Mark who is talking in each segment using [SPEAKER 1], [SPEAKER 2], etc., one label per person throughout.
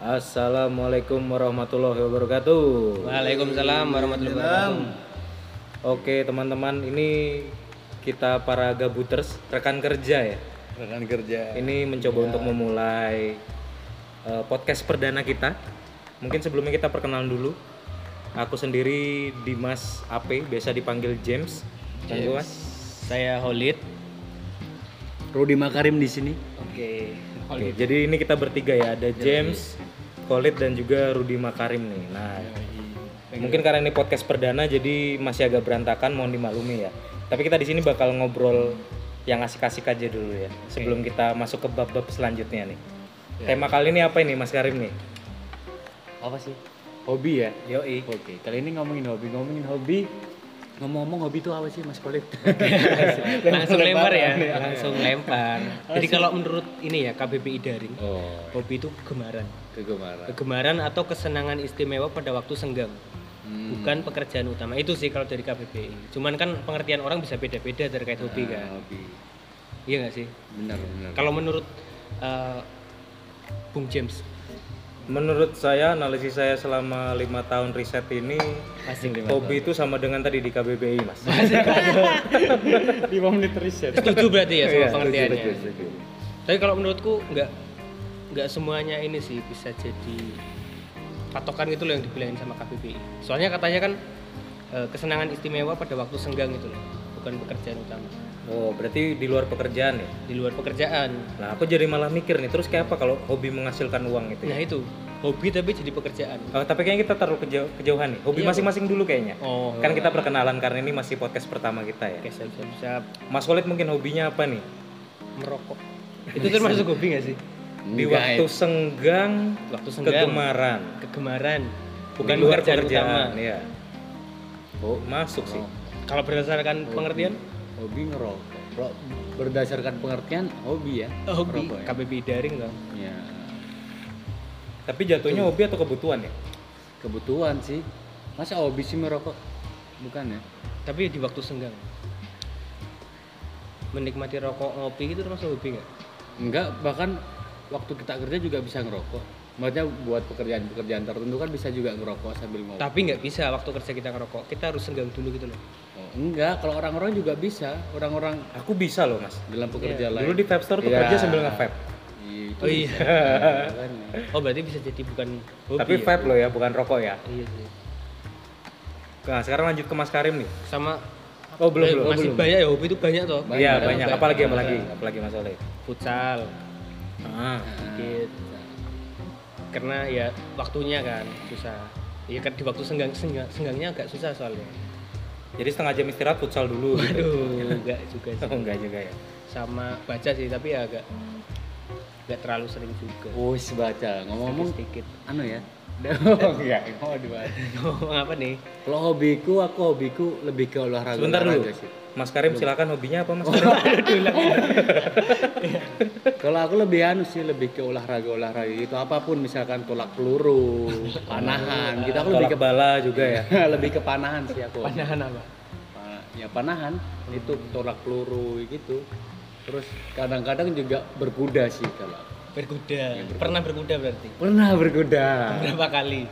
[SPEAKER 1] Assalamualaikum warahmatullahi wabarakatuh.
[SPEAKER 2] Waalaikumsalam warahmatullahi wabarakatuh.
[SPEAKER 1] Oke teman-teman, ini kita para gabuters rekan kerja ya.
[SPEAKER 3] rekan kerja
[SPEAKER 1] Ini mencoba
[SPEAKER 2] Iya.
[SPEAKER 1] untuk memulai eh, podcast perdana kita. Mungkin sebelumnya kita perkenalan dulu. Aku sendiri Dimas AP, biasa dipanggil James. Kang Gowas.
[SPEAKER 2] Saya Holid.
[SPEAKER 3] Rudi Makarim di sini
[SPEAKER 2] Oke.
[SPEAKER 1] Oke, jadi ini kita bertiga ya, ada James, Khalid dan juga Rudi Makarim nih. Nah,
[SPEAKER 2] Iya,
[SPEAKER 1] mungkin karena ini podcast perdana jadi masih agak berantakan, mohon dimaklumi ya. Tapi kita di sini bakal ngobrol yang asik-asik aja dulu ya, sebelum kita masuk ke bab-bab selanjutnya nih.
[SPEAKER 2] Ya.
[SPEAKER 1] Tema kali ini apa ini, Mas Karim nih?
[SPEAKER 3] apa sih hobi ya
[SPEAKER 1] Yoi.
[SPEAKER 3] oke kali ini ngomongin hobi ngomongin hobi ngomong-ngomong hobi itu apa sih Mas Khalid
[SPEAKER 2] Langsung lempar ya, langsung lempar. Jadi kalau menurut ini ya KBBI daring,
[SPEAKER 3] oh
[SPEAKER 2] hobi itu kegemaran.
[SPEAKER 3] kegemaran
[SPEAKER 2] Kegemaran atau kesenangan istimewa pada waktu senggang.
[SPEAKER 3] Hmm.
[SPEAKER 2] Bukan pekerjaan utama. Itu sih kalau dari KBBI. Cuman kan pengertian orang bisa beda-beda terkait
[SPEAKER 3] Ah,
[SPEAKER 2] hobi kan.
[SPEAKER 3] hobi Hmm.
[SPEAKER 2] Iya nggak sih?
[SPEAKER 3] benar benar
[SPEAKER 2] Kalau menurut eh, Bung James,
[SPEAKER 1] Menurut saya, analisis saya selama lima tahun riset ini,
[SPEAKER 2] asing deh.
[SPEAKER 1] hobi itu sama dengan tadi di KBBI, Mas.
[SPEAKER 3] 5 menit riset
[SPEAKER 2] Setuju berarti ya sama
[SPEAKER 1] Iya,
[SPEAKER 2] pengertiannya. Tapi kalau menurutku nggak nggak semuanya ini sih bisa jadi patokan gitu loh yang dibilangin sama KBBI. Soalnya katanya kan eh, kesenangan istimewa pada waktu senggang gitu loh, bukan pekerjaan utama.
[SPEAKER 1] Oh, berarti di luar pekerjaan ya?
[SPEAKER 2] Di luar pekerjaan.
[SPEAKER 1] Nah, aku jadi malah mikir nih, terus kayak apa kalau hobi menghasilkan uang gitu ya?
[SPEAKER 2] Nah itu hobi tapi jadi pekerjaan.
[SPEAKER 1] Oh, tapi kayaknya kita terlalu kejauh, kejauhan nih. Hobi masing-masing dulu kayaknya.
[SPEAKER 2] Iya, Oh, Iya.
[SPEAKER 1] Kan kita perkenalan karena ini masih podcast pertama kita ya.
[SPEAKER 2] oke saya bisa, bisa
[SPEAKER 1] Mas Walid mungkin hobinya apa nih?
[SPEAKER 2] merokok. Itu termasuk hobi nggak sih?
[SPEAKER 1] Di
[SPEAKER 3] eh.
[SPEAKER 1] waktu senggang,
[SPEAKER 2] Waktu senggang.
[SPEAKER 1] kegemaran.
[SPEAKER 2] Kegemaran. Bukan
[SPEAKER 1] Di luar
[SPEAKER 2] pekerjaan, utama.
[SPEAKER 1] Iya. Oh, masuk sih.
[SPEAKER 2] Kalau berdasarkan pengertian
[SPEAKER 3] hobi ngerokok Ro- berdasarkan pengertian hobi ya
[SPEAKER 2] eh, hobi
[SPEAKER 3] Merokok ya.
[SPEAKER 2] KBBI daring kan.
[SPEAKER 3] ya
[SPEAKER 1] Tapi jatuhnya hobi atau kebutuhan ya?
[SPEAKER 3] kebutuhan sih masa hobi sih merokok bukan ya
[SPEAKER 2] Tapi di waktu senggang. Menikmati rokok ngopi gitu termasuk hobi nggak?
[SPEAKER 3] Enggak, bahkan waktu kita kerja juga bisa ngerokok. Maksudnya buat pekerjaan-pekerjaan tertentu kan bisa juga ngerokok sambil ngopi.
[SPEAKER 2] Tapi nggak bisa waktu kerja kita ngerokok. Kita harus senggang dulu gitu loh.
[SPEAKER 3] Oh, enggak, kalau orang-orang juga bisa. Orang-orang
[SPEAKER 1] Aku bisa loh, Mas.
[SPEAKER 3] dalam pekerja lain.
[SPEAKER 1] Iya. Dulu di vape store tuh
[SPEAKER 3] Iya.
[SPEAKER 1] kerja sambil nge-vape.
[SPEAKER 3] Iya, itu
[SPEAKER 2] Oh iya.
[SPEAKER 3] makanya.
[SPEAKER 2] Oh berarti bisa jadi bukan hobi.
[SPEAKER 1] Tapi
[SPEAKER 2] ya?
[SPEAKER 1] vape loh ya, bukan rokok ya.
[SPEAKER 2] Iya sih.
[SPEAKER 1] Nah, sekarang lanjut ke Mas Karim nih.
[SPEAKER 2] Sama
[SPEAKER 1] Oh, belum,
[SPEAKER 2] eh,
[SPEAKER 1] belum.
[SPEAKER 2] masih
[SPEAKER 3] belum.
[SPEAKER 2] banyak ya hobi itu banyak toh.
[SPEAKER 3] Banyak,
[SPEAKER 1] Iya,
[SPEAKER 3] banyak,
[SPEAKER 1] banyak.
[SPEAKER 3] banyak.
[SPEAKER 1] Apalagi apalagi? Apalagi Mas Walid.
[SPEAKER 2] Futsal,
[SPEAKER 1] Ah.
[SPEAKER 2] dikit. Karena ya waktunya kan susah. Iya kan di waktu senggang senggang- senggangnya agak susah soalnya.
[SPEAKER 1] Jadi setengah jam istirahat futsal dulu
[SPEAKER 3] Iya.
[SPEAKER 1] gitu.
[SPEAKER 2] Aduh, enggak juga sih.
[SPEAKER 1] Oh, enggak juga ya.
[SPEAKER 2] Sama baca sih tapi ya agak nggak terlalu sering juga.
[SPEAKER 3] Wis baca. Ngomong-ngomong
[SPEAKER 2] sedikit.
[SPEAKER 3] anu ya. Iya, Enggak, mau dibaca.
[SPEAKER 2] Ngomong apa nih?
[SPEAKER 3] Kalau hobiku, aku hobiku lebih ke olahraga.
[SPEAKER 1] Sebentar dulu.
[SPEAKER 3] olahraga sih. Oh,
[SPEAKER 1] Mas Karim silakan hobinya apa Mas Karim?
[SPEAKER 3] Kalau aku lebih anu sih lebih ke olahraga olahraga gitu apapun misalkan tolak peluru, panahan gitu aku lebih
[SPEAKER 1] Tolak
[SPEAKER 3] ke Iya.
[SPEAKER 1] bala juga ya.
[SPEAKER 3] lebih ke panahan sih aku.
[SPEAKER 2] Panahan apa?
[SPEAKER 3] Pana- ya panahan itu tolak peluru gitu. Terus kadang-kadang juga berkuda sih kalau aku.
[SPEAKER 2] Berkuda. Pernah berkuda berarti?
[SPEAKER 3] pernah berkuda.
[SPEAKER 2] Berapa kali?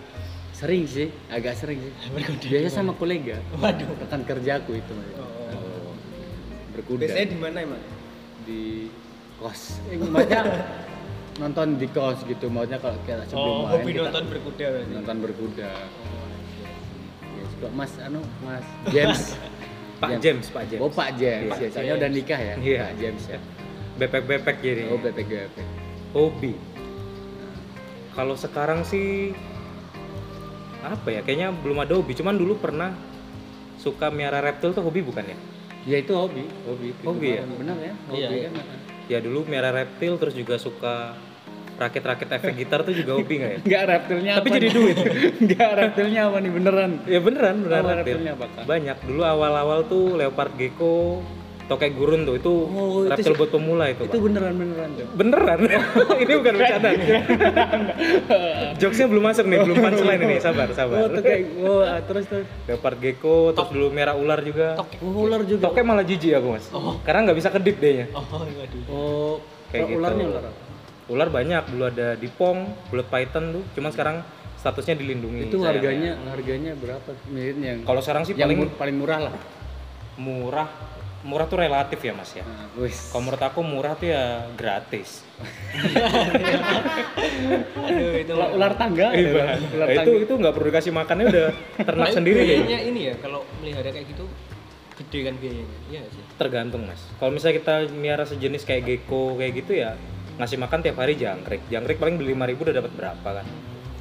[SPEAKER 3] Sering sih, agak sering sih.
[SPEAKER 2] Berkuda
[SPEAKER 3] Biasa sama kolega,
[SPEAKER 2] Waduh.
[SPEAKER 3] rekan kerjaku itu. maksudnya. Berkuda
[SPEAKER 2] Oh. Biasanya di mana emang?
[SPEAKER 3] di kos. Eh, Maksudnya nonton di kos gitu, maksudnya kalau kayak sebelum
[SPEAKER 2] Oh,
[SPEAKER 3] main
[SPEAKER 2] hobi
[SPEAKER 3] kita-
[SPEAKER 2] nonton Oh, iya, berkuda berarti.
[SPEAKER 3] nonton berkuda ya juga mas anu mas James
[SPEAKER 1] Pak James, Pak James.
[SPEAKER 3] oh Pak James ya soalnya udah nikah ya
[SPEAKER 1] Iya.
[SPEAKER 3] Pak James ya
[SPEAKER 1] Bepek-bepek jadi.
[SPEAKER 3] oh BPGP
[SPEAKER 1] Hobi. Kalau sekarang sih apa ya? Kayaknya belum ada hobi. Cuman dulu pernah suka miara reptil tuh hobi bukan ya?
[SPEAKER 3] ya itu hobi hobi
[SPEAKER 1] Hobi ya?
[SPEAKER 3] benar ya hobi
[SPEAKER 2] Iya, iya.
[SPEAKER 3] kan
[SPEAKER 1] Ya dulu miara reptil terus juga suka rakit-rakit efek gitar tuh juga hobi nggak ya?
[SPEAKER 3] enggak reptilnya
[SPEAKER 1] Tapi jadi duit.
[SPEAKER 3] enggak reptilnya apa nih beneran
[SPEAKER 1] Ya beneran, beneran
[SPEAKER 3] Apa
[SPEAKER 1] reptil.
[SPEAKER 3] reptilnya apa, Kak?
[SPEAKER 1] Banyak. Dulu awal-awal tuh leopard gecko, tokek gurun tuh itu
[SPEAKER 3] Oh, itu
[SPEAKER 1] reptil
[SPEAKER 3] sih-
[SPEAKER 1] buat pemula itu,
[SPEAKER 3] itu
[SPEAKER 1] Pak.
[SPEAKER 3] beneran beneran tuh
[SPEAKER 1] Beneran. ini bukan bercanda. Jokesnya belum masuk nih, belum punchline ini. Sabar,
[SPEAKER 3] oh
[SPEAKER 1] sabar.
[SPEAKER 3] tuh kayak oh ah, terus terus
[SPEAKER 1] Leopard gecko, terus dulu merah ular juga.
[SPEAKER 3] oh, ular juga
[SPEAKER 1] Tokek malah jijik aku, Mas. Karena nggak bisa kedip dia
[SPEAKER 2] Oh, waduh.
[SPEAKER 3] oh
[SPEAKER 1] Kayak
[SPEAKER 3] ularnya
[SPEAKER 1] gitu.
[SPEAKER 3] ular apa?
[SPEAKER 1] ular banyak dulu ada dipong bulat python tuh cuman sekarang statusnya dilindungi
[SPEAKER 3] itu
[SPEAKER 1] sayang.
[SPEAKER 3] harganya harganya berapa mirip yang
[SPEAKER 1] kalau sekarang sih
[SPEAKER 3] yang
[SPEAKER 1] paling
[SPEAKER 3] mur- paling murah lah
[SPEAKER 1] murah murah tuh relatif ya mas ya
[SPEAKER 3] nah, wis.
[SPEAKER 1] kalau menurut aku murah tuh ya gratis
[SPEAKER 2] Aduh, itu
[SPEAKER 3] ular, ular tangga ada, ular
[SPEAKER 1] Nah, itu itu nggak perlu dikasih makannya udah ternak
[SPEAKER 2] Tapi
[SPEAKER 1] sendiri kayaknya
[SPEAKER 2] biayanya ini ya kalau melihara kayak gitu gede kan biayanya. Iya nggak sih?
[SPEAKER 1] tergantung mas kalau misalnya kita miara sejenis kayak gecko kayak gitu ya ngasih makan tiap hari jangkrik jangkrik paling beli 5000 udah dapat berapa kan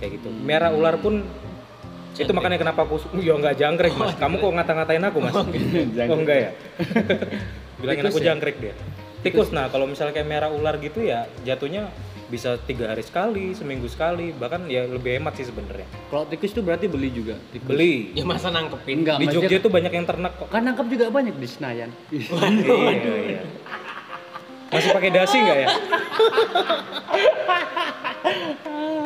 [SPEAKER 1] kayak gitu miara ular pun itu makanya kenapa aku su- ya nggak jangkrik mas kamu kok ngata-ngatain aku mas oh enggak ya bilangin aku jangkrik dia tikus nah kalau misalnya kayak miara ular gitu ya jatuhnya bisa tiga hari sekali seminggu sekali bahkan ya lebih hemat sih sebenarnya
[SPEAKER 3] kalau tikus itu berarti beli juga tikus.
[SPEAKER 1] beli
[SPEAKER 2] Ya masa nangkepin.
[SPEAKER 3] enggak
[SPEAKER 1] di
[SPEAKER 3] maksudnya-
[SPEAKER 1] Jogja tuh banyak yang ternak kok
[SPEAKER 3] kan nangkap juga banyak di Senayan
[SPEAKER 1] Iya, iya. Masih pakai dasi nggak ya?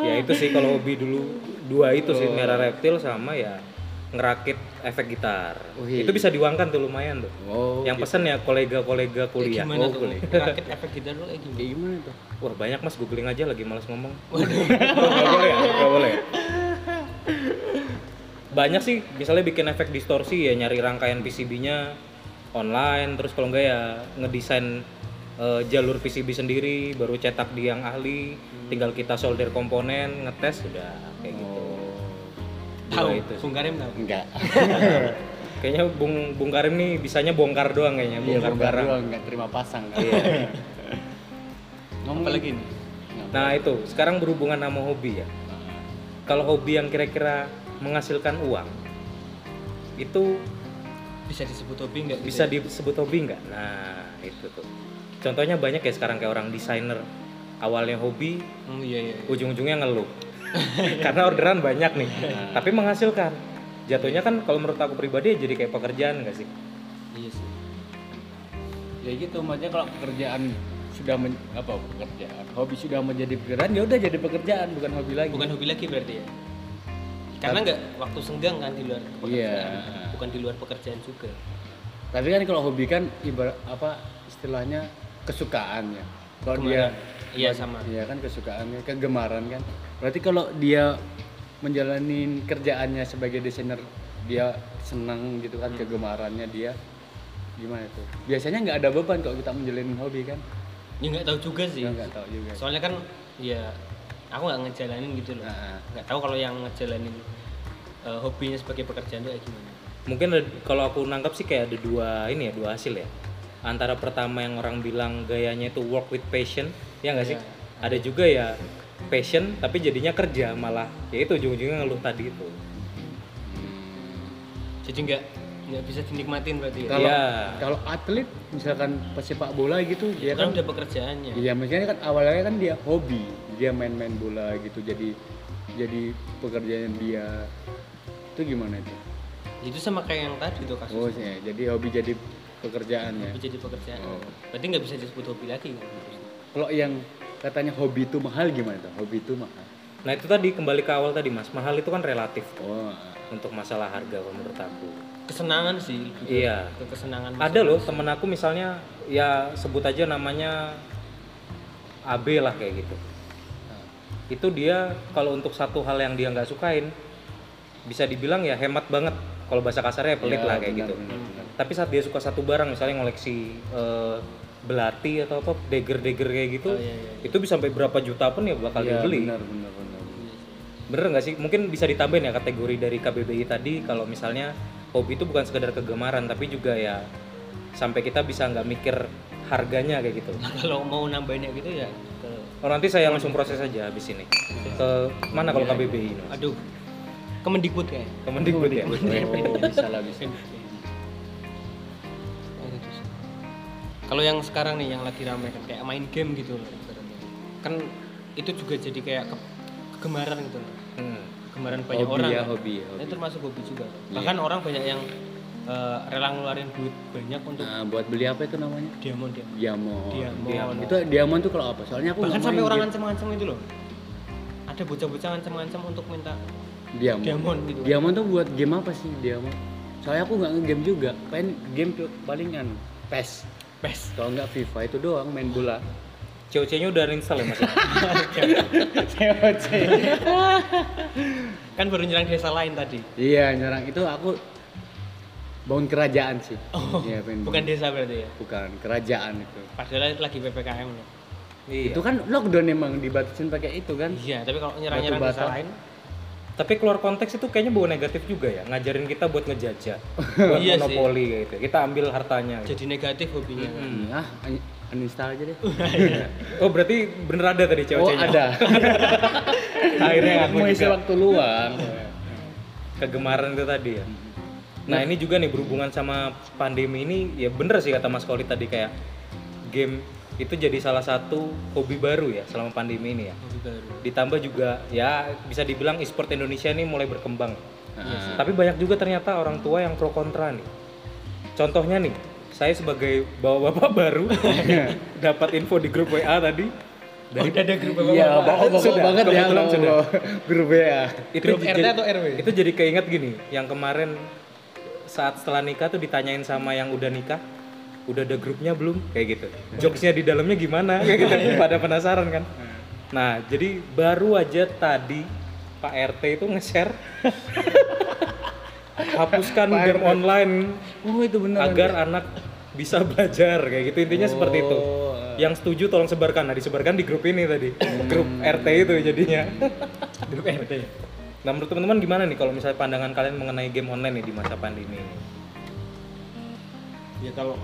[SPEAKER 1] ya itu sih kalau hobi dulu dua itu sih merah reptil sama ya ngerakit efek gitar.
[SPEAKER 3] Oh, iya.
[SPEAKER 1] Itu bisa diuangkan tuh lumayan tuh.
[SPEAKER 3] oh
[SPEAKER 1] Yang pesen ya kolega-kolega kuliah. Oh,
[SPEAKER 2] Gimana tuh?
[SPEAKER 1] kuliah.
[SPEAKER 2] Rakit efek gitar lu kayak gimana?
[SPEAKER 3] kayak gimana tuh
[SPEAKER 1] Wah banyak mas googling aja lagi malas ngomong. Gak boleh ya? Gak boleh. ya? Banyak sih, misalnya bikin efek distorsi ya nyari rangkaian PCB-nya online, terus kalau enggak ya ngedesain eh, jalur PCB sendiri, baru cetak di yang ahli, tinggal kita solder komponen, ngetes udah kayak gitu.
[SPEAKER 2] Tahu
[SPEAKER 1] Dua
[SPEAKER 2] itu.
[SPEAKER 1] itu. sih.
[SPEAKER 2] Bung Karim tahu.
[SPEAKER 3] enggak
[SPEAKER 1] Kayaknya Bung Bung Karim nih bisanya bongkar doang kayaknya,
[SPEAKER 3] Iya,
[SPEAKER 1] bongkar
[SPEAKER 3] bongkar
[SPEAKER 1] barang. Iya.
[SPEAKER 3] doang, nggak terima pasang kan. Ngomong
[SPEAKER 2] Apalagi ini?
[SPEAKER 1] Nah, itu sekarang berhubungan sama hobi ya. Kalau hobi yang kira-kira menghasilkan uang itu
[SPEAKER 2] Bisa disebut hobi nggak? gitu?
[SPEAKER 1] bisa disebut hobi nggak? Nah itu tuh. Contohnya banyak ya sekarang kayak orang desainer awalnya hobi
[SPEAKER 2] Oh iya iya.
[SPEAKER 1] ujung-ujungnya ngeluh karena orderan banyak nih tapi menghasilkan jatuhnya kan kalau menurut aku pribadi ya jadi kayak pekerjaan nggak sih
[SPEAKER 2] Iya sih.
[SPEAKER 3] ya gitu maksudnya kalau pekerjaan sudah men, apa pekerjaan hobi sudah menjadi pekerjaan ya udah jadi pekerjaan bukan hobi lagi
[SPEAKER 2] Bukan hobi lagi berarti ya. Karena nggak waktu senggang kan di luar pekerjaan.
[SPEAKER 3] Iya.
[SPEAKER 2] Bukan di luar pekerjaan juga.
[SPEAKER 3] tapi kan kalau hobi kan ibarat apa istilahnya kesukaan ya kalau dia
[SPEAKER 2] Iya sama.
[SPEAKER 3] Iya kan kesukaannya, kegemaran kan. Berarti kalau dia menjalani kerjaannya sebagai desainer dia senang gitu kan kegemarannya dia gimana tuh? Biasanya nggak ada beban kalau kita menjalani hobi kan?
[SPEAKER 2] Ya nggak tahu juga sih.
[SPEAKER 3] Iya nggak tahu juga.
[SPEAKER 2] Soalnya kan ya aku nggak ngejalanin gitu loh.
[SPEAKER 3] Nah,
[SPEAKER 2] Nggak tahu kalau yang ngejalanin eh, hobinya sebagai pekerjaan itu kayak gimana.
[SPEAKER 1] mungkin ada- kalau aku nangkap sih kayak ada dua ini ya dua hasil ya antara pertama yang orang bilang gayanya itu work with passion ya nggak sih ada juga ya passion tapi jadinya kerja malah ya itu ujung-ujungnya ngeluh tadi itu
[SPEAKER 2] Jadi nggak nggak bisa dinikmatin berarti ya.
[SPEAKER 3] kalau
[SPEAKER 1] Iya.
[SPEAKER 3] kalau atlet misalkan pesepak bola gitu dia
[SPEAKER 2] Itu kan
[SPEAKER 3] kan
[SPEAKER 2] udah pekerjaannya.
[SPEAKER 3] Iya, maksudnya kan awalnya kan dia hobi, dia main-main bola gitu, jadi jadi pekerjaan dia itu gimana itu?
[SPEAKER 2] Itu sama kayak yang tadi tuh
[SPEAKER 3] Oh,
[SPEAKER 2] kasus.
[SPEAKER 3] iya, jadi hobi jadi pekerjaannya.
[SPEAKER 2] Hobi jadi pekerjaan.
[SPEAKER 3] Oh.
[SPEAKER 2] Berarti nggak bisa disebut hobi lagi kan.
[SPEAKER 3] Kalau yang katanya hobi itu mahal gimana tuh? Hobi itu mahal.
[SPEAKER 1] nah itu tadi kembali ke awal tadi mas mahal itu kan relatif
[SPEAKER 3] Oh,
[SPEAKER 1] untuk masalah harga kalau menurut aku
[SPEAKER 2] Kesenangan sih. lebih ke-
[SPEAKER 1] iya
[SPEAKER 2] Ke kesenangan.
[SPEAKER 1] ada loh temen aku misalnya ya sebut aja namanya AB lah kayak gitu itu dia kalau untuk satu hal yang dia nggak sukain bisa dibilang ya hemat banget kalau bahasa kasarnya ya pelit
[SPEAKER 3] Iya,
[SPEAKER 1] lah kayak gitu tapi saat dia suka satu barang misalnya ngoleksi eh, belati atau apa deger-deger kayak gitu itu bisa sampai berapa juta pun ya bakal dibeli
[SPEAKER 3] Iya, benar benar benar.
[SPEAKER 2] Iya
[SPEAKER 1] Bener nggak sih? Mungkin bisa ditambahin ya kategori dari KBBI tadi kalau misalnya hobi itu bukan sekedar kegemaran tapi juga ya sampai kita bisa nggak mikir harganya kayak gitu.
[SPEAKER 2] Nah, Kalau mau nambahinnya gitu ya ke
[SPEAKER 1] Oh, nanti saya langsung proses aja habis ini. Ke mana kalau KBBI ini? Mas?
[SPEAKER 2] aduh. Kemendikbud kayak.
[SPEAKER 1] Kemendikbud ya.
[SPEAKER 3] Oh, bisa lah bisa.
[SPEAKER 2] gitu. Kalau yang sekarang nih yang lagi rame kan kayak main game gitu loh. Kan itu juga jadi kayak ke- kegemaran gitu loh.
[SPEAKER 1] Hmm.
[SPEAKER 2] Kegemaran banyak
[SPEAKER 3] Hobi
[SPEAKER 2] orang.
[SPEAKER 3] ya,
[SPEAKER 2] kan.
[SPEAKER 3] hobi ya,
[SPEAKER 2] Ini
[SPEAKER 3] hobi. Iya.
[SPEAKER 2] termasuk hobi juga. Bahkan orang banyak yang eh, rela ngeluarin duit banyak untuk
[SPEAKER 3] Nah, buat beli apa itu namanya?
[SPEAKER 2] diamond
[SPEAKER 3] Nah.
[SPEAKER 2] diamond.
[SPEAKER 3] Diamond.
[SPEAKER 2] Diamond.
[SPEAKER 3] Itu diamond tuh kalau apa? Soalnya aku
[SPEAKER 2] Bahkan
[SPEAKER 3] nggak
[SPEAKER 2] sampai
[SPEAKER 3] main
[SPEAKER 2] orang
[SPEAKER 3] game.
[SPEAKER 2] ngancem-ngancem itu loh. Ada bocah-bocah ngancem-ngancem untuk minta
[SPEAKER 3] diamond.
[SPEAKER 2] diamond gitu. kan.
[SPEAKER 3] Diamond tuh buat game apa sih diamond? Soalnya aku nggak nge-game juga. Main game tuh palingan PES.
[SPEAKER 2] Pes.
[SPEAKER 3] Kalau nggak FIFA itu doang main bola.
[SPEAKER 1] COC-nya udah install ya mas? ya?
[SPEAKER 3] COC.
[SPEAKER 2] kan baru nyerang desa lain tadi
[SPEAKER 3] iya nyerang itu aku bangun kerajaan sih.
[SPEAKER 2] oh
[SPEAKER 3] Iya, pengen
[SPEAKER 2] bukan
[SPEAKER 3] bangun.
[SPEAKER 2] desa berarti ya
[SPEAKER 3] bukan kerajaan itu.
[SPEAKER 2] padahal lagi ppkm loh
[SPEAKER 1] iya.
[SPEAKER 3] Itu kan lockdown emang dibatasin pakai itu kan.
[SPEAKER 2] iya tapi kalau nyerang nyerang
[SPEAKER 3] Batu
[SPEAKER 2] desa
[SPEAKER 3] bata.
[SPEAKER 2] lain
[SPEAKER 1] Tapi keluar konteks itu kayaknya bawa negatif juga ya, ngajarin kita buat ngejajah, buat
[SPEAKER 2] Iya sih.
[SPEAKER 1] monopoli kayak gitu. Kita ambil hartanya. Gitu.
[SPEAKER 2] jadi negatif hobinya
[SPEAKER 3] Ah, un- uninstall aja deh.
[SPEAKER 1] Oh berarti bener ada tadi
[SPEAKER 3] Oh,
[SPEAKER 1] COC-nya?
[SPEAKER 3] ada.
[SPEAKER 1] Akhirnya ngaku
[SPEAKER 3] mau isi
[SPEAKER 1] juga.
[SPEAKER 3] waktu luang.
[SPEAKER 1] kegemaran itu tadi ya. Nah ini juga nih berhubungan sama pandemi ini ya bener sih kata Mas Koli tadi kayak game itu jadi salah satu hobi baru ya selama pandemi ini ya.
[SPEAKER 2] hobi baru
[SPEAKER 1] Ditambah juga ya bisa dibilang e-sport Indonesia ini mulai berkembang.
[SPEAKER 3] Nah,
[SPEAKER 1] Tapi banyak juga ternyata orang tua yang pro kontra nih. Contohnya nih, saya sebagai bapak-bapak baru dapat info di grup WA tadi dari
[SPEAKER 2] udah ada grup
[SPEAKER 3] Iya, pokok-pokok
[SPEAKER 1] Sudah,
[SPEAKER 3] banget ya
[SPEAKER 1] kebetulan
[SPEAKER 3] kalau
[SPEAKER 1] sudah.
[SPEAKER 3] grup ya.
[SPEAKER 1] itu
[SPEAKER 2] Grup
[SPEAKER 1] jadi-
[SPEAKER 2] RT atau RW?
[SPEAKER 1] Itu jadi keinget gini, yang kemarin saat setelah nikah tuh ditanyain sama yang udah nikah, udah ada grupnya belum? Kayak gitu. Jokesnya di dalamnya gimana? Kayak gitu. Pada penasaran kan. Nah, jadi baru aja tadi Pak RT itu nge-share hapuskan game online
[SPEAKER 3] Oh, itu benar. Oh,
[SPEAKER 1] agar anak bisa belajar kayak gitu intinya seperti itu.
[SPEAKER 3] eh.
[SPEAKER 1] Yang setuju tolong sebarkan. Nah, disebarkan di grup ini tadi.
[SPEAKER 3] Hmm.
[SPEAKER 1] Grup RT itu jadinya.
[SPEAKER 2] grup RT
[SPEAKER 1] Nah menurut teman-teman gimana nih kalau misalnya pandangan kalian mengenai game online nih di masa pandemi ini?
[SPEAKER 2] ya kalau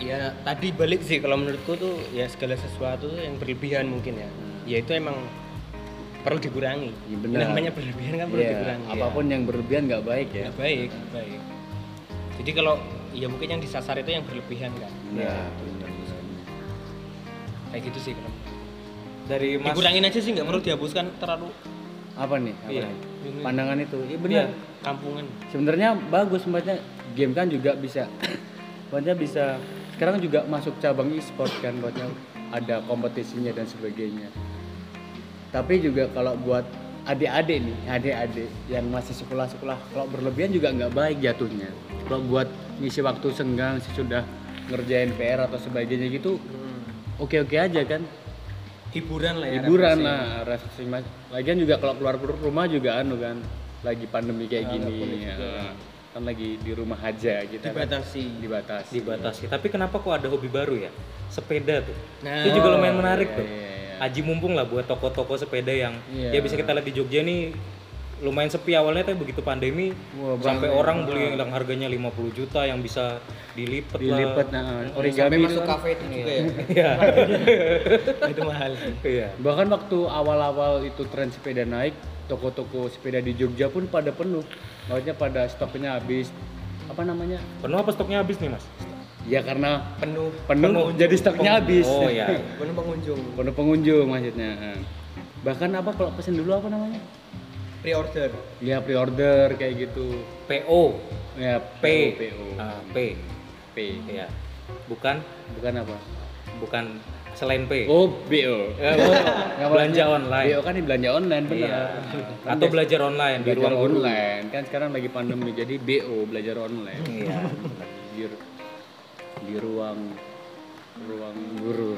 [SPEAKER 2] ya tadi balik sih kalau menurutku tuh ya segala sesuatu tuh yang berlebihan mungkin ya ya itu emang perlu dikurangi
[SPEAKER 3] Iya, benar.
[SPEAKER 2] Yang namanya berlebihan kan perlu
[SPEAKER 3] Iya,
[SPEAKER 2] dikurangi
[SPEAKER 3] apapun yang berlebihan nggak baik ya.
[SPEAKER 2] ya baik baik jadi kalau ya mungkin yang disasar itu yang berlebihan kan
[SPEAKER 3] Nah,
[SPEAKER 2] kayak gitu sih kalau
[SPEAKER 1] Dari mas
[SPEAKER 2] dikurangin aja sih nggak perlu dihapuskan terlalu
[SPEAKER 3] apa nih? Apa
[SPEAKER 1] Iya.
[SPEAKER 3] nih? Pandangan itu. Iya benar.
[SPEAKER 2] ya, kampungan
[SPEAKER 3] Sebenarnya bagus tempatnya game kan juga bisa. Tempatnya bisa sekarang juga masuk cabang e-sport kan buatnya ada kompetisinya dan sebagainya. Tapi juga kalau buat adik-adik nih, adik-adik yang masih sekolah-sekolah, kalau berlebihan juga nggak baik jatuhnya. Kalau buat ngisi waktu senggang sesudah ngerjain PR atau sebagainya gitu, oke-oke aja kan.
[SPEAKER 2] hiburan lah ya
[SPEAKER 3] liburan lah refreshing mas- lagian juga kalau keluar ru- rumah juga anu kan lagi pandemi kayak gini ya. kan lagi di rumah aja kita kan.
[SPEAKER 2] dibatasi
[SPEAKER 3] dibatasi
[SPEAKER 1] dibatasi.
[SPEAKER 3] Iya.
[SPEAKER 1] Tapi kenapa kok ada hobi baru ya? Sepeda tuh.
[SPEAKER 2] Nah.
[SPEAKER 1] itu juga lumayan menarik tuh.
[SPEAKER 3] iya, iya.
[SPEAKER 1] Aji mumpung lah buat toko-toko sepeda yang ya
[SPEAKER 3] Iya.
[SPEAKER 1] bisa kita lihat di Jogja nih lumayan sepi awalnya tapi begitu pandemi
[SPEAKER 3] Wah,
[SPEAKER 1] sampai orang beli yang harganya 50 juta yang bisa dilipet,
[SPEAKER 3] dilipat
[SPEAKER 1] lah.
[SPEAKER 3] nah
[SPEAKER 2] sampai
[SPEAKER 3] origami
[SPEAKER 2] masuk
[SPEAKER 3] kan.
[SPEAKER 2] kafe itu juga ya
[SPEAKER 1] Iya.
[SPEAKER 2] itu mahal sih
[SPEAKER 1] Iya.
[SPEAKER 3] bahkan waktu awal-awal itu tren sepeda naik toko-toko sepeda di Jogja pun pada penuh maksudnya pada stoknya habis apa namanya
[SPEAKER 1] Penuh apa stoknya habis nih, Mas?
[SPEAKER 3] ya karena
[SPEAKER 2] penuh
[SPEAKER 3] penuh, jadi stoknya habis
[SPEAKER 1] Oh ya.
[SPEAKER 2] penuh pengunjung
[SPEAKER 3] penuh pengunjung maksudnya Nah. bahkan apa kalau pesen dulu apa namanya
[SPEAKER 2] pre-order
[SPEAKER 3] ya pre-order kayak gitu
[SPEAKER 1] PO.
[SPEAKER 3] Ya,
[SPEAKER 1] P.
[SPEAKER 3] PO.
[SPEAKER 1] Ah, P.
[SPEAKER 3] P.
[SPEAKER 1] Iya. Bukan
[SPEAKER 3] Bukan apa?
[SPEAKER 1] bukan selain P.
[SPEAKER 3] Oh, BO. Ya, apa
[SPEAKER 1] Belanja
[SPEAKER 3] namanya?
[SPEAKER 1] online.
[SPEAKER 3] BO kan di belanja online benar.
[SPEAKER 1] Iya. Atau belajar online di
[SPEAKER 3] belajar
[SPEAKER 1] ruang guru.
[SPEAKER 3] online. Kan sekarang lagi pandemi jadi BO belajar online.
[SPEAKER 1] Iya.
[SPEAKER 3] Di, ru- di ruang ruang guru.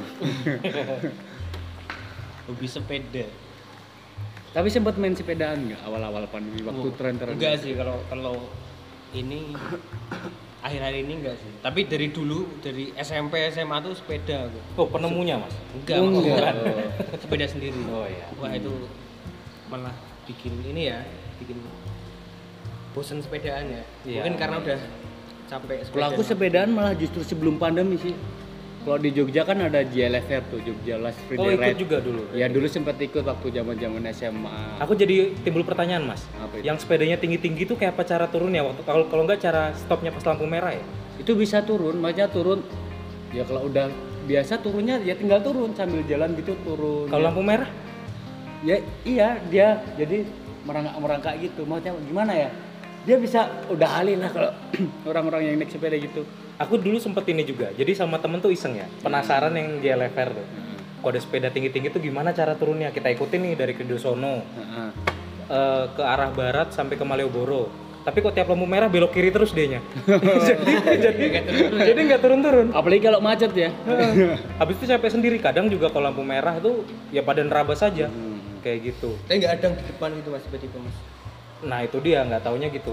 [SPEAKER 2] hobi sepeda
[SPEAKER 3] Tapi sempat main sepedaan nggak awal-awal pandemi waktu
[SPEAKER 2] Oh,
[SPEAKER 3] tren-tren?
[SPEAKER 2] enggak sih kalau kalau ini akhir-akhir ini enggak sih tapi dari dulu dari SMP SMA tuh sepeda aku
[SPEAKER 1] Oh, penemunya, Mas.
[SPEAKER 2] enggak
[SPEAKER 3] Oh,
[SPEAKER 2] maksudnya.
[SPEAKER 3] enggak.
[SPEAKER 2] sepeda sendiri
[SPEAKER 1] Oh, iya.
[SPEAKER 2] wah itu malah bikin ini ya bikin bosen sepedaan ya
[SPEAKER 1] Iya.
[SPEAKER 2] mungkin karena udah capek
[SPEAKER 3] Kalau aku sepedaan malah justru sebelum pandemi sih. Kalau di Jogja kan ada JLFR tuh, Jogja Last
[SPEAKER 1] Oh,
[SPEAKER 3] Friday
[SPEAKER 1] ikut
[SPEAKER 3] Ride.
[SPEAKER 1] juga dulu.
[SPEAKER 3] Ya dulu sempat ikut waktu zaman-zaman SMA.
[SPEAKER 1] Aku jadi timbul pertanyaan, Mas.
[SPEAKER 3] Apa itu?
[SPEAKER 1] Yang sepedanya tinggi-tinggi itu kayak apa cara turunnya? Waktu kalau kalau nggak cara stopnya pas lampu merah ya?
[SPEAKER 3] itu bisa turun maksudnya turun ya kalau udah biasa turunnya ya tinggal turun sambil jalan gitu turun
[SPEAKER 1] Kalau lampu merah?
[SPEAKER 3] ya iya dia jadi merangkak merangkak gitu maksudnya gimana ya dia bisa udah alih lah kalau orang-orang yang naik sepeda gitu
[SPEAKER 1] Aku dulu sempet ini juga. Jadi sama temen tuh iseng ya. Penasaran yang dia lever tuh. Kode sepeda tinggi-tinggi tuh gimana cara
[SPEAKER 2] Hmm.
[SPEAKER 1] turunnya? Kita ikutin nih dari Kedosono
[SPEAKER 3] Heeh.
[SPEAKER 1] eh, ke arah barat sampai ke Malioboro. tapi kok tiap lampu merah belok kiri terus dianya jadi jadi jadi nggak turun-turun ya?
[SPEAKER 3] Apalagi kalau macet ya.
[SPEAKER 1] habis itu capek sendiri kadang juga kalau lampu merah tuh ya pada nerabas saja
[SPEAKER 2] Hmm.
[SPEAKER 1] kayak gitu
[SPEAKER 2] Tapi nggak ada di depan gitu mas tiba-tiba mas.
[SPEAKER 1] nah itu dia nggak taunya gitu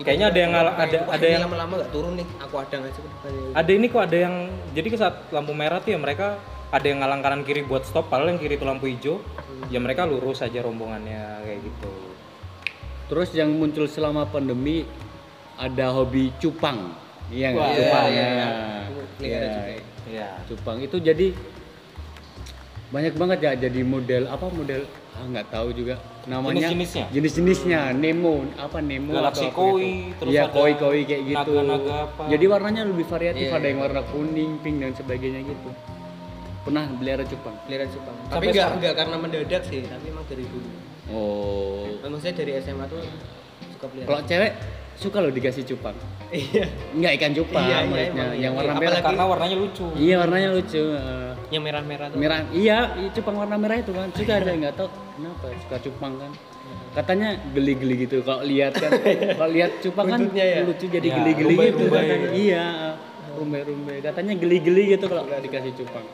[SPEAKER 1] kayaknya ada yang ngal- ada
[SPEAKER 2] Wah,
[SPEAKER 1] ada
[SPEAKER 2] ini
[SPEAKER 1] yang
[SPEAKER 2] lama-lama nggak turun nih. Aku ada aja ke depan.
[SPEAKER 1] ada ini kok ada yang jadi ke saat lampu merah tuh ya mereka ada yang ngalang kanan kiri buat stop padahal yang kiri itu lampu hijau ya mereka lurus aja rombongannya kayak gitu
[SPEAKER 3] Terus yang muncul selama pandemi ada hobi cupang. Iya nggak?
[SPEAKER 2] Wah,
[SPEAKER 3] Cupang.
[SPEAKER 2] iya, iya,
[SPEAKER 3] ya.
[SPEAKER 2] iya. Ini ada
[SPEAKER 3] Iya.
[SPEAKER 2] juga ya.
[SPEAKER 1] ya
[SPEAKER 3] Cupang itu jadi banyak banget ya jadi model apa model ah nggak tahu juga namanya
[SPEAKER 1] Jenis-jenisnya?
[SPEAKER 3] jenis-jenisnya Nemo apa Nemo
[SPEAKER 1] Galaxy
[SPEAKER 3] atau apa
[SPEAKER 1] koi,
[SPEAKER 3] gitu.
[SPEAKER 1] terus
[SPEAKER 3] Iya,
[SPEAKER 1] ada
[SPEAKER 3] koi koi kayak gitu
[SPEAKER 1] naga-naga apa.
[SPEAKER 3] jadi warnanya lebih variatif
[SPEAKER 2] Iya,
[SPEAKER 3] ada yang warna kuning pink dan sebagainya gitu pernah pelihara cupang
[SPEAKER 2] Beliran Jepang. Tapi
[SPEAKER 1] Sampai
[SPEAKER 2] nggak
[SPEAKER 1] sekarang.
[SPEAKER 2] nggak karena mendadak sih. Tapi emang dari dulu.
[SPEAKER 3] oh
[SPEAKER 2] Eh, Maksudnya dari SMA tuh suka pelihara.
[SPEAKER 3] Kalau cewek suka loh dikasih cupang.
[SPEAKER 2] Iya.
[SPEAKER 3] Enggak ikan cupang
[SPEAKER 2] Iya, iya,
[SPEAKER 3] muridnya.
[SPEAKER 2] emang, iya.
[SPEAKER 3] yang warna merah.
[SPEAKER 2] Apalagi-
[SPEAKER 1] karena warnanya lucu
[SPEAKER 3] Iya warnanya lucu. eh,
[SPEAKER 2] Yang merah-merah tuh.
[SPEAKER 3] merah. Iya, iya, cupang warna merah itu kan. Suka aja nggak tahu kenapa suka cupang kan. Katanya geli-geli gitu kalau lihat kan. kalau lihat cupang kan
[SPEAKER 2] Buntutnya ya?
[SPEAKER 3] lucu jadi
[SPEAKER 1] Iya,
[SPEAKER 3] geli-geli gitu
[SPEAKER 1] rumbai-rumbai
[SPEAKER 3] kan.
[SPEAKER 1] gitu.
[SPEAKER 3] Iya, rumbai-rumbai. Katanya geli-geli gitu kalau dikasih cupang.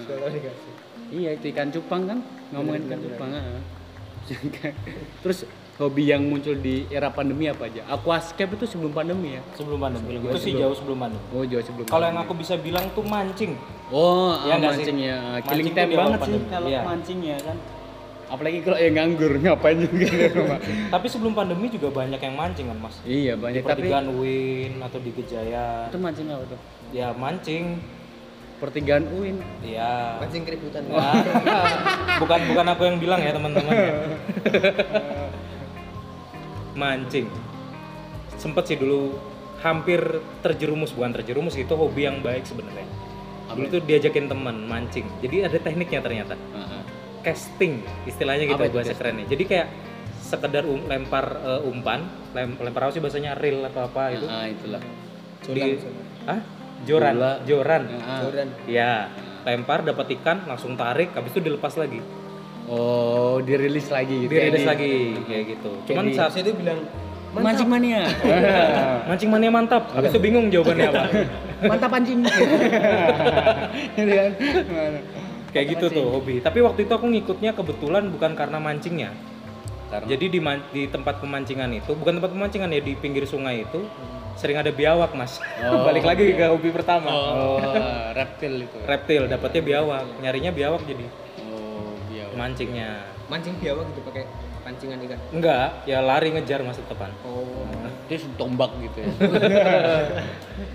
[SPEAKER 2] Suka kalau dikasih.
[SPEAKER 3] Iya itu ikan cupang kan ngomongin ikan cupang. ah. Terus hobi yang muncul di era pandemi apa aja? Aquascape itu sebelum pandemi ya?
[SPEAKER 1] sebelum pandemi itu sih jauh sebelum pandemi
[SPEAKER 3] Oh jauh sebelum.
[SPEAKER 1] kalau yang aku bisa bilang tuh mancing
[SPEAKER 3] Oh
[SPEAKER 1] Ya
[SPEAKER 3] ah,
[SPEAKER 1] nggak
[SPEAKER 3] mancing
[SPEAKER 1] sih?
[SPEAKER 3] ya,
[SPEAKER 1] Mancing
[SPEAKER 3] killing
[SPEAKER 1] tuh
[SPEAKER 3] time
[SPEAKER 1] di awal
[SPEAKER 3] banget sih
[SPEAKER 1] pandemi,
[SPEAKER 3] kalau
[SPEAKER 1] iya.
[SPEAKER 3] mancing ya kan. Apalagi kalau yang nganggur ngapain juga di rumah.
[SPEAKER 1] tapi sebelum pandemi juga banyak yang mancing kan mas
[SPEAKER 3] iya
[SPEAKER 1] di
[SPEAKER 3] banyak tapi
[SPEAKER 1] pertigaan Win atau di Gejayan
[SPEAKER 3] itu mancing apa tuh?
[SPEAKER 1] ya mancing
[SPEAKER 3] Pertigaan Uin.
[SPEAKER 1] ya
[SPEAKER 2] Mancing keributan.
[SPEAKER 1] Nah, bukan bukan aku yang bilang ya teman-teman ya. mancing sempet sih dulu hampir terjerumus bukan terjerumus itu hobi yang baik sebenarnya dulu tuh diajakin teman mancing jadi ada tekniknya ternyata
[SPEAKER 3] Ah,
[SPEAKER 1] casting istilahnya gitu
[SPEAKER 3] Apa itu
[SPEAKER 1] bahasa kerennya jadi kayak sekedar um- lempar eh, umpan lem- lempar apa sih bahasanya reel atau apa itu
[SPEAKER 3] Ah itulah.
[SPEAKER 1] di
[SPEAKER 2] Jolan, jolan.
[SPEAKER 1] Hah? joran
[SPEAKER 3] Bola.
[SPEAKER 1] joran
[SPEAKER 3] Ah.
[SPEAKER 2] Joran.
[SPEAKER 1] ya lempar dapat ikan langsung tarik habis itu dilepas lagi
[SPEAKER 3] Oh dirilis lagi gitu.
[SPEAKER 1] dirilis
[SPEAKER 3] Jadi,
[SPEAKER 1] lagi kayak gitu cuman
[SPEAKER 3] Jadi-
[SPEAKER 1] saat
[SPEAKER 2] Saya itu bilang
[SPEAKER 3] Mancing mania.
[SPEAKER 1] mancing mania mantap habis
[SPEAKER 3] Iya.
[SPEAKER 1] itu bingung jawabannya apa
[SPEAKER 3] Mantap pancing. Gitu kan?
[SPEAKER 1] kayak gitu tuh hobi tapi waktu itu aku ngikutnya kebetulan bukan karena mancingnya
[SPEAKER 3] Karena-
[SPEAKER 1] jadi di, man- di tempat pemancingan itu bukan tempat pemancingan ya di pinggir sungai itu sering ada biawak mas
[SPEAKER 3] Hmm. Oh.
[SPEAKER 1] balik lagi ke hobi pertama
[SPEAKER 3] Oh, reptil itu.
[SPEAKER 1] reptil dapatnya biawak nyarinya biawak jadi
[SPEAKER 3] Oh, iya.
[SPEAKER 1] mancingnya
[SPEAKER 2] mancing biawak gitu pakai pancingan ikan.
[SPEAKER 1] enggak ya lari ngejar mas kan. tepan
[SPEAKER 2] Oh.
[SPEAKER 3] Terus tombak gitu ya.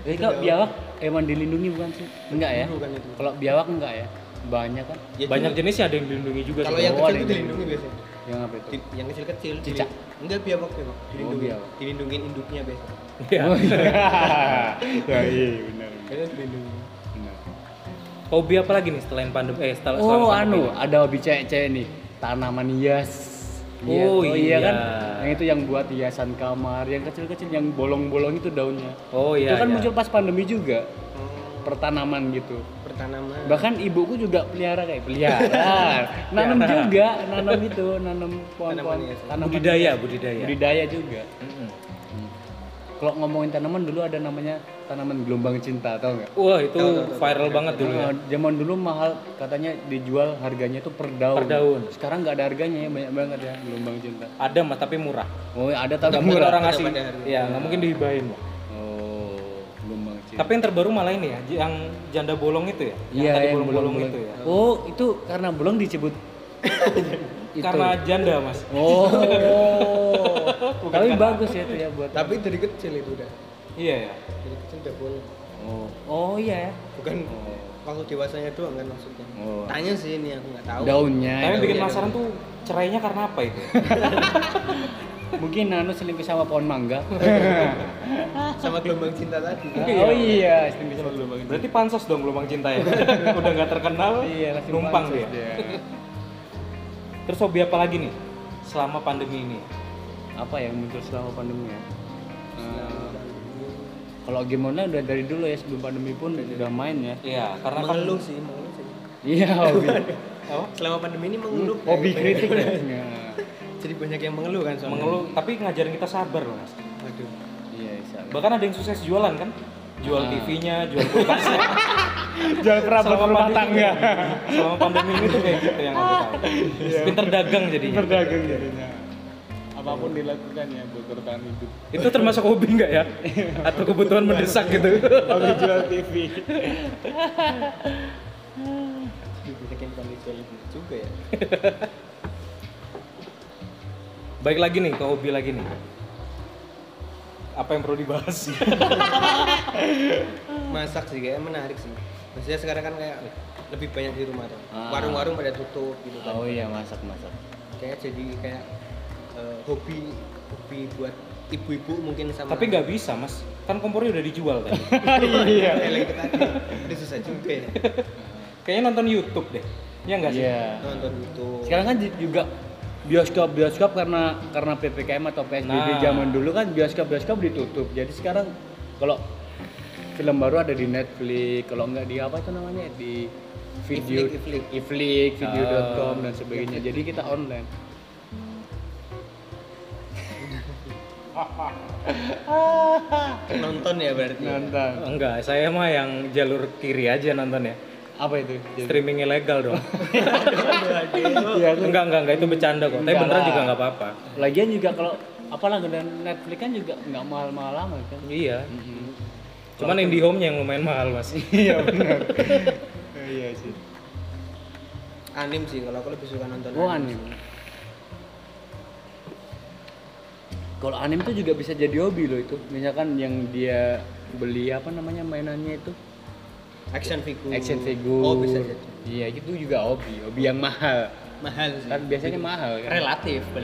[SPEAKER 3] Jadi kalau biawak emang dilindungi bukan sih? Enggak ya?
[SPEAKER 2] Bukan kan itu.
[SPEAKER 3] Kalau biawak enggak ya? Banyak kan?
[SPEAKER 2] Ya,
[SPEAKER 1] banyak jenisnya ada yang dilindungi juga
[SPEAKER 2] Kalau
[SPEAKER 1] sih.
[SPEAKER 2] yang
[SPEAKER 3] Oh,
[SPEAKER 2] kecil itu
[SPEAKER 3] ada yang
[SPEAKER 2] dilindungi biasanya.
[SPEAKER 3] Yang apa itu?
[SPEAKER 2] Di- yang kecil-kecil. dilin-
[SPEAKER 3] Cicak. Oh,
[SPEAKER 2] Enggak biawak biawak. Dilindungi.
[SPEAKER 3] biawak.
[SPEAKER 2] Dilindungin induknya biasanya.
[SPEAKER 1] Iya.
[SPEAKER 3] Oh iya. ya iya benar.
[SPEAKER 2] Kayaknya dilindungi.
[SPEAKER 3] benar.
[SPEAKER 1] hobi apa lagi nih setelah pandemi eh setelah
[SPEAKER 3] Oh,
[SPEAKER 1] selama pandemi?
[SPEAKER 3] anu, ada hobi cewek-cewek nih. Tanaman hias.
[SPEAKER 1] Oh, iya.
[SPEAKER 3] kan? Yang itu yang buat hiasan kamar, yang kecil-kecil yang bolong-bolong itu daunnya.
[SPEAKER 1] oh iya
[SPEAKER 3] itu kan
[SPEAKER 1] iya.
[SPEAKER 3] muncul pas pandemi juga,
[SPEAKER 2] Hmm,
[SPEAKER 3] pertanaman gitu.
[SPEAKER 2] pertanaman.
[SPEAKER 3] bahkan ibuku juga pelihara kayak pelihara
[SPEAKER 1] Pelihara.
[SPEAKER 3] nanam
[SPEAKER 1] ya.
[SPEAKER 3] juga nanam itu nanam pohon-pohon
[SPEAKER 2] Tanaman hias.
[SPEAKER 3] tanaman
[SPEAKER 1] budidaya
[SPEAKER 3] hias.
[SPEAKER 1] budidaya
[SPEAKER 3] budidaya juga
[SPEAKER 1] Mm-mm.
[SPEAKER 3] kalau ngomongin tanaman dulu ada namanya tanaman gelombang cinta tau nggak
[SPEAKER 1] wah itu viral banget dulu ya
[SPEAKER 3] Nah, zaman dulu mahal katanya dijual harganya itu per daun.
[SPEAKER 1] Per daun.
[SPEAKER 3] Sekarang nggak ada harganya ya banyak banget ya gelombang cinta.
[SPEAKER 1] ada mas tapi murah
[SPEAKER 3] Oh ada tapi
[SPEAKER 1] Nggak mungkin
[SPEAKER 3] murah.
[SPEAKER 1] orang ngasih
[SPEAKER 2] pada hari
[SPEAKER 1] ya nggak mungkin dihibahin Mas.
[SPEAKER 3] Iya. Oh gelombang cinta.
[SPEAKER 1] tapi yang terbaru malah ini ya yang janda bolong itu ya yang
[SPEAKER 3] Iya
[SPEAKER 1] tadi
[SPEAKER 3] yang
[SPEAKER 1] bolong-bolong
[SPEAKER 3] bolong-bolong.
[SPEAKER 1] itu ya
[SPEAKER 3] Oh itu karena bolong disebut. Itu.
[SPEAKER 1] karena janda mas
[SPEAKER 3] Oh.
[SPEAKER 1] Bukan
[SPEAKER 3] Tapi
[SPEAKER 1] karena-
[SPEAKER 3] bagus ya itu ya buat.
[SPEAKER 2] Tapi dari kecil itu udah.
[SPEAKER 1] iya ya
[SPEAKER 2] Dari kecil udah boleh.
[SPEAKER 3] Oh. Oh iya ya.
[SPEAKER 2] Bukan
[SPEAKER 1] Oh.
[SPEAKER 2] waktu dewasanya doang kan maksudnya.
[SPEAKER 3] Oh.
[SPEAKER 2] Tanya sih ini aku nggak tahu.
[SPEAKER 1] tapi
[SPEAKER 3] Daunnya.
[SPEAKER 1] yang
[SPEAKER 3] ya.
[SPEAKER 1] bikin penasaran tuh cerainya karena apa itu
[SPEAKER 3] Mungkin Nano selingkuh sama pohon mangga.
[SPEAKER 1] Iya.
[SPEAKER 2] Sama gelombang cinta tadi.
[SPEAKER 3] oh iya, selingkuh sama gelombang.
[SPEAKER 1] berarti pansos dong gelombang cinta ya udah nggak terkenal
[SPEAKER 3] Iya, langsung
[SPEAKER 1] numpang
[SPEAKER 3] pansos
[SPEAKER 1] dia terus hobi apa lagi nih selama pandemi ini
[SPEAKER 3] Apa yang muncul selama pandemi ya? Eh, Kalau game online udah dari dulu ya sebelum pandemi pun udah main ya.
[SPEAKER 1] iya karena kan
[SPEAKER 2] Mengeluh sih, mengeluh sih.
[SPEAKER 3] Iya, hobi.
[SPEAKER 1] apa?
[SPEAKER 2] Selama pandemi ini mengeluh.
[SPEAKER 3] hobi kritik ya.
[SPEAKER 2] jadi banyak yang mengeluh kan soalnya.
[SPEAKER 1] mengeluh tapi ngajarin kita sabar loh mas
[SPEAKER 2] Aduh.
[SPEAKER 3] Iya, bisa.
[SPEAKER 1] bahkan ada yang sukses jualan kan jual
[SPEAKER 3] Ah.
[SPEAKER 1] TV-nya jual kulkasnya
[SPEAKER 3] Jangan
[SPEAKER 1] Selama pandemi tuh kayak gitu. selama pandemi ini tuh kayak gitu yang aku
[SPEAKER 3] Iya.
[SPEAKER 1] tahu pinter dagang jadinya
[SPEAKER 3] Berdagang jadinya. Apapun dilakukan ya buat bertahan hidup.
[SPEAKER 1] itu termasuk hobi nggak ya atau kebutuhan mendesak gitu
[SPEAKER 3] Hobi jual TV.
[SPEAKER 2] Banyak yang bukan dijual itu juga ya.
[SPEAKER 1] baik lagi nih ke hobi lagi nih apa yang perlu dibahas
[SPEAKER 2] Masak sih kayaknya menarik sih. Maksudnya sekarang kan kayak lebih banyak di rumah tuh.
[SPEAKER 3] Ah.
[SPEAKER 2] Warung-warung pada tutup gitu kan.
[SPEAKER 3] Oh iya, masak-masak.
[SPEAKER 2] Kayak jadi kayak eh, hobi hobi buat ibu-ibu mungkin sama
[SPEAKER 1] tapi nggak bisa mas kan kompornya udah dijual tadi
[SPEAKER 2] iya itu tadi itu susah juga ya
[SPEAKER 1] kayaknya nonton YouTube deh ya nggak sih
[SPEAKER 3] Iya.
[SPEAKER 2] nonton YouTube
[SPEAKER 3] Sekarang kan juga bioskop bioskop karena karena ppkm atau psbb
[SPEAKER 1] Nah.
[SPEAKER 3] zaman dulu kan bioskop bioskop ditutup jadi sekarang kalau film baru ada di netflix kalau nggak di apa itu namanya di video
[SPEAKER 2] Iflix,
[SPEAKER 3] iflix
[SPEAKER 1] Ah.
[SPEAKER 3] video.com dan sebagainya jadi kita online
[SPEAKER 2] nonton ya berarti
[SPEAKER 3] nonton
[SPEAKER 1] enggak saya mah yang jalur kiri aja nonton ya
[SPEAKER 3] apa itu
[SPEAKER 1] streaming ilegal dong
[SPEAKER 3] Iya, itu.
[SPEAKER 1] enggak enggak enggak itu bercanda kok tapi
[SPEAKER 3] Enggak
[SPEAKER 1] beneran
[SPEAKER 3] lah.
[SPEAKER 1] juga nggak apa-apa
[SPEAKER 3] lagian juga kalau apa langganan netflix kan juga nggak mahal-mahal amat kan
[SPEAKER 1] iya
[SPEAKER 2] Mm-hmm.
[SPEAKER 1] cuman yang di home yang lumayan mahal mas
[SPEAKER 3] iya benar iya sih
[SPEAKER 2] anim sih kalau aku lebih suka nonton
[SPEAKER 3] Oh anim. Kalau anim tuh juga bisa jadi hobi loh itu. Misalkan yang dia beli apa namanya mainannya itu
[SPEAKER 2] action figure
[SPEAKER 3] action figure.
[SPEAKER 2] oh bisa jadi
[SPEAKER 3] Iya itu juga hobi, hobi yang mahal.
[SPEAKER 2] mahal sih
[SPEAKER 3] Kan biasanya mahal kan.
[SPEAKER 2] relatif